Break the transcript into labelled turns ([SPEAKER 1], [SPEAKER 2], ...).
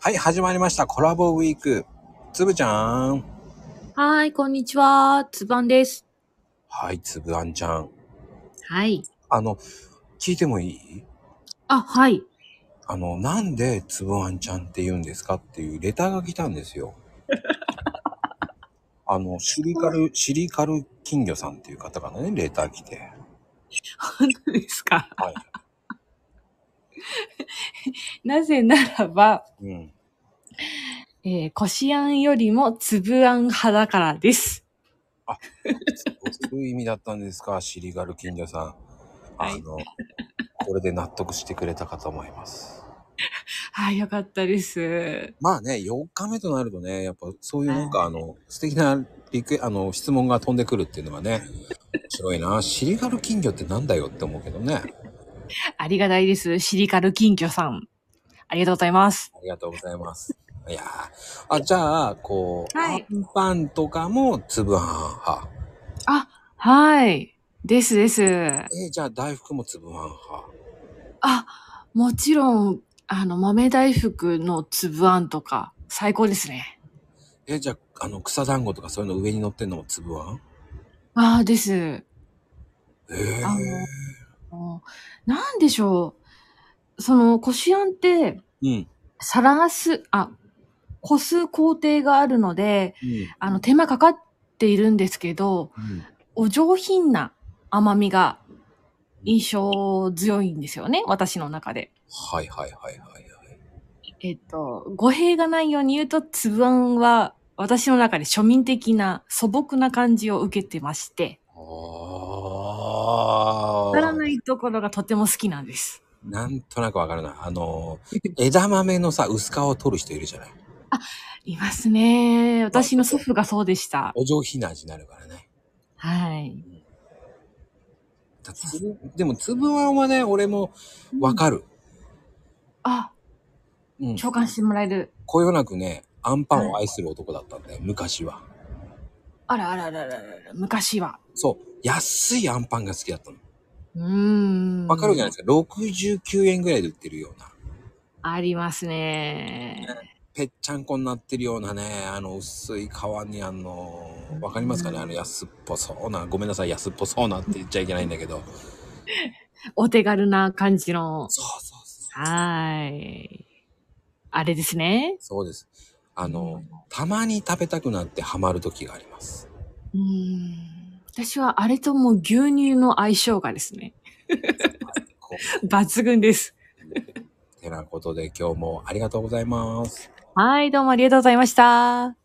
[SPEAKER 1] はい、始まりました。コラボウィーク。つぶちゃん。
[SPEAKER 2] はーい、こんにちは。つばんです。
[SPEAKER 1] はい、つぶあんちゃん。
[SPEAKER 2] はい。
[SPEAKER 1] あの、聞いてもいい
[SPEAKER 2] あ、はい。
[SPEAKER 1] あの、なんでつぶあんちゃんって言うんですかっていうレターが来たんです よ。あの、シリカル、シリカル金魚さんっていう方からね、レター来て。
[SPEAKER 2] 本当ですか
[SPEAKER 1] はい。
[SPEAKER 2] なぜならば、
[SPEAKER 1] うん。
[SPEAKER 2] えー、こしあんよりもつぶあん派だからです。
[SPEAKER 1] そういう意味だったんですか、シリカル金魚さん。
[SPEAKER 2] は
[SPEAKER 1] あ
[SPEAKER 2] い
[SPEAKER 1] の、これで納得してくれたかと思います。
[SPEAKER 2] はい、よかったです。
[SPEAKER 1] まあね、4日目となるとね、やっぱそういうなんかあの、素敵なリクエあの、質問が飛んでくるっていうのがね、面白いな。シリガル金魚ってなんだよって思うけどね。
[SPEAKER 2] ありがたいです。シリカル金魚さん。ありがとうございます。
[SPEAKER 1] ありがとうございます。いやーあ、じゃあ、こう、
[SPEAKER 2] はい
[SPEAKER 1] アンパンとかも粒あん派。
[SPEAKER 2] はい。ですです。
[SPEAKER 1] えーじゃあ大福も粒あん派。
[SPEAKER 2] あ、もちろん、あの、豆大福のつぶあんとか、最高ですね。
[SPEAKER 1] えーじゃあ、あの、草団子とかそういうの上に乗ってんのも粒あん
[SPEAKER 2] ああ、です。
[SPEAKER 1] えー、
[SPEAKER 2] あのもうなんでしょう。その、こしあんって、
[SPEAKER 1] うん。
[SPEAKER 2] さらす、あ、こす工程があるので、
[SPEAKER 1] うん。
[SPEAKER 2] あの、手間かかっているんですけど、
[SPEAKER 1] うん
[SPEAKER 2] お上品な甘みが印象強いんですよね、私の中で。
[SPEAKER 1] はいはいはいはいはい。
[SPEAKER 2] えっと、語弊がないように言うと、つぶあんは、私の中で庶民的な素朴な感じを受けてまして、
[SPEAKER 1] ああ。
[SPEAKER 2] わからないところがとても好きなんです。
[SPEAKER 1] なんとなくわかるな。あのー、枝豆のさ、薄皮を取る人いるじ ゃない。
[SPEAKER 2] いますね。私の祖父がそうでした。
[SPEAKER 1] お上品な味になるからね。
[SPEAKER 2] はい。
[SPEAKER 1] だつぶでも、つぶあんはね、俺もわかる。
[SPEAKER 2] あ、
[SPEAKER 1] うん。
[SPEAKER 2] 共感してもらえる。
[SPEAKER 1] こよなくね、アンパンを愛する男だったんだよ、昔は。
[SPEAKER 2] あらあらあらあらあら、昔は。
[SPEAKER 1] そう。安いアンパンが好きだったの。
[SPEAKER 2] うーん。
[SPEAKER 1] わかるじゃない
[SPEAKER 2] すか。
[SPEAKER 1] ですか。69円ぐらいで売ってるような。
[SPEAKER 2] ありますね。
[SPEAKER 1] ぺっちゃんこになってるようなね、あの薄い皮にあの、わかりますかねあの安っぽそうな、ごめんなさい、安っぽそうなって言っちゃいけないんだけど。
[SPEAKER 2] お手軽な感じの。
[SPEAKER 1] そうそうそう。
[SPEAKER 2] はーい。あれですね。
[SPEAKER 1] そうです。あの、たまに食べたくなってハマる時があります。
[SPEAKER 2] うーん。私はあれともう牛乳の相性がですね、
[SPEAKER 1] こ
[SPEAKER 2] 抜群です。
[SPEAKER 1] うてなことで今日もありがとうございます。
[SPEAKER 2] はい、どうもありがとうございました。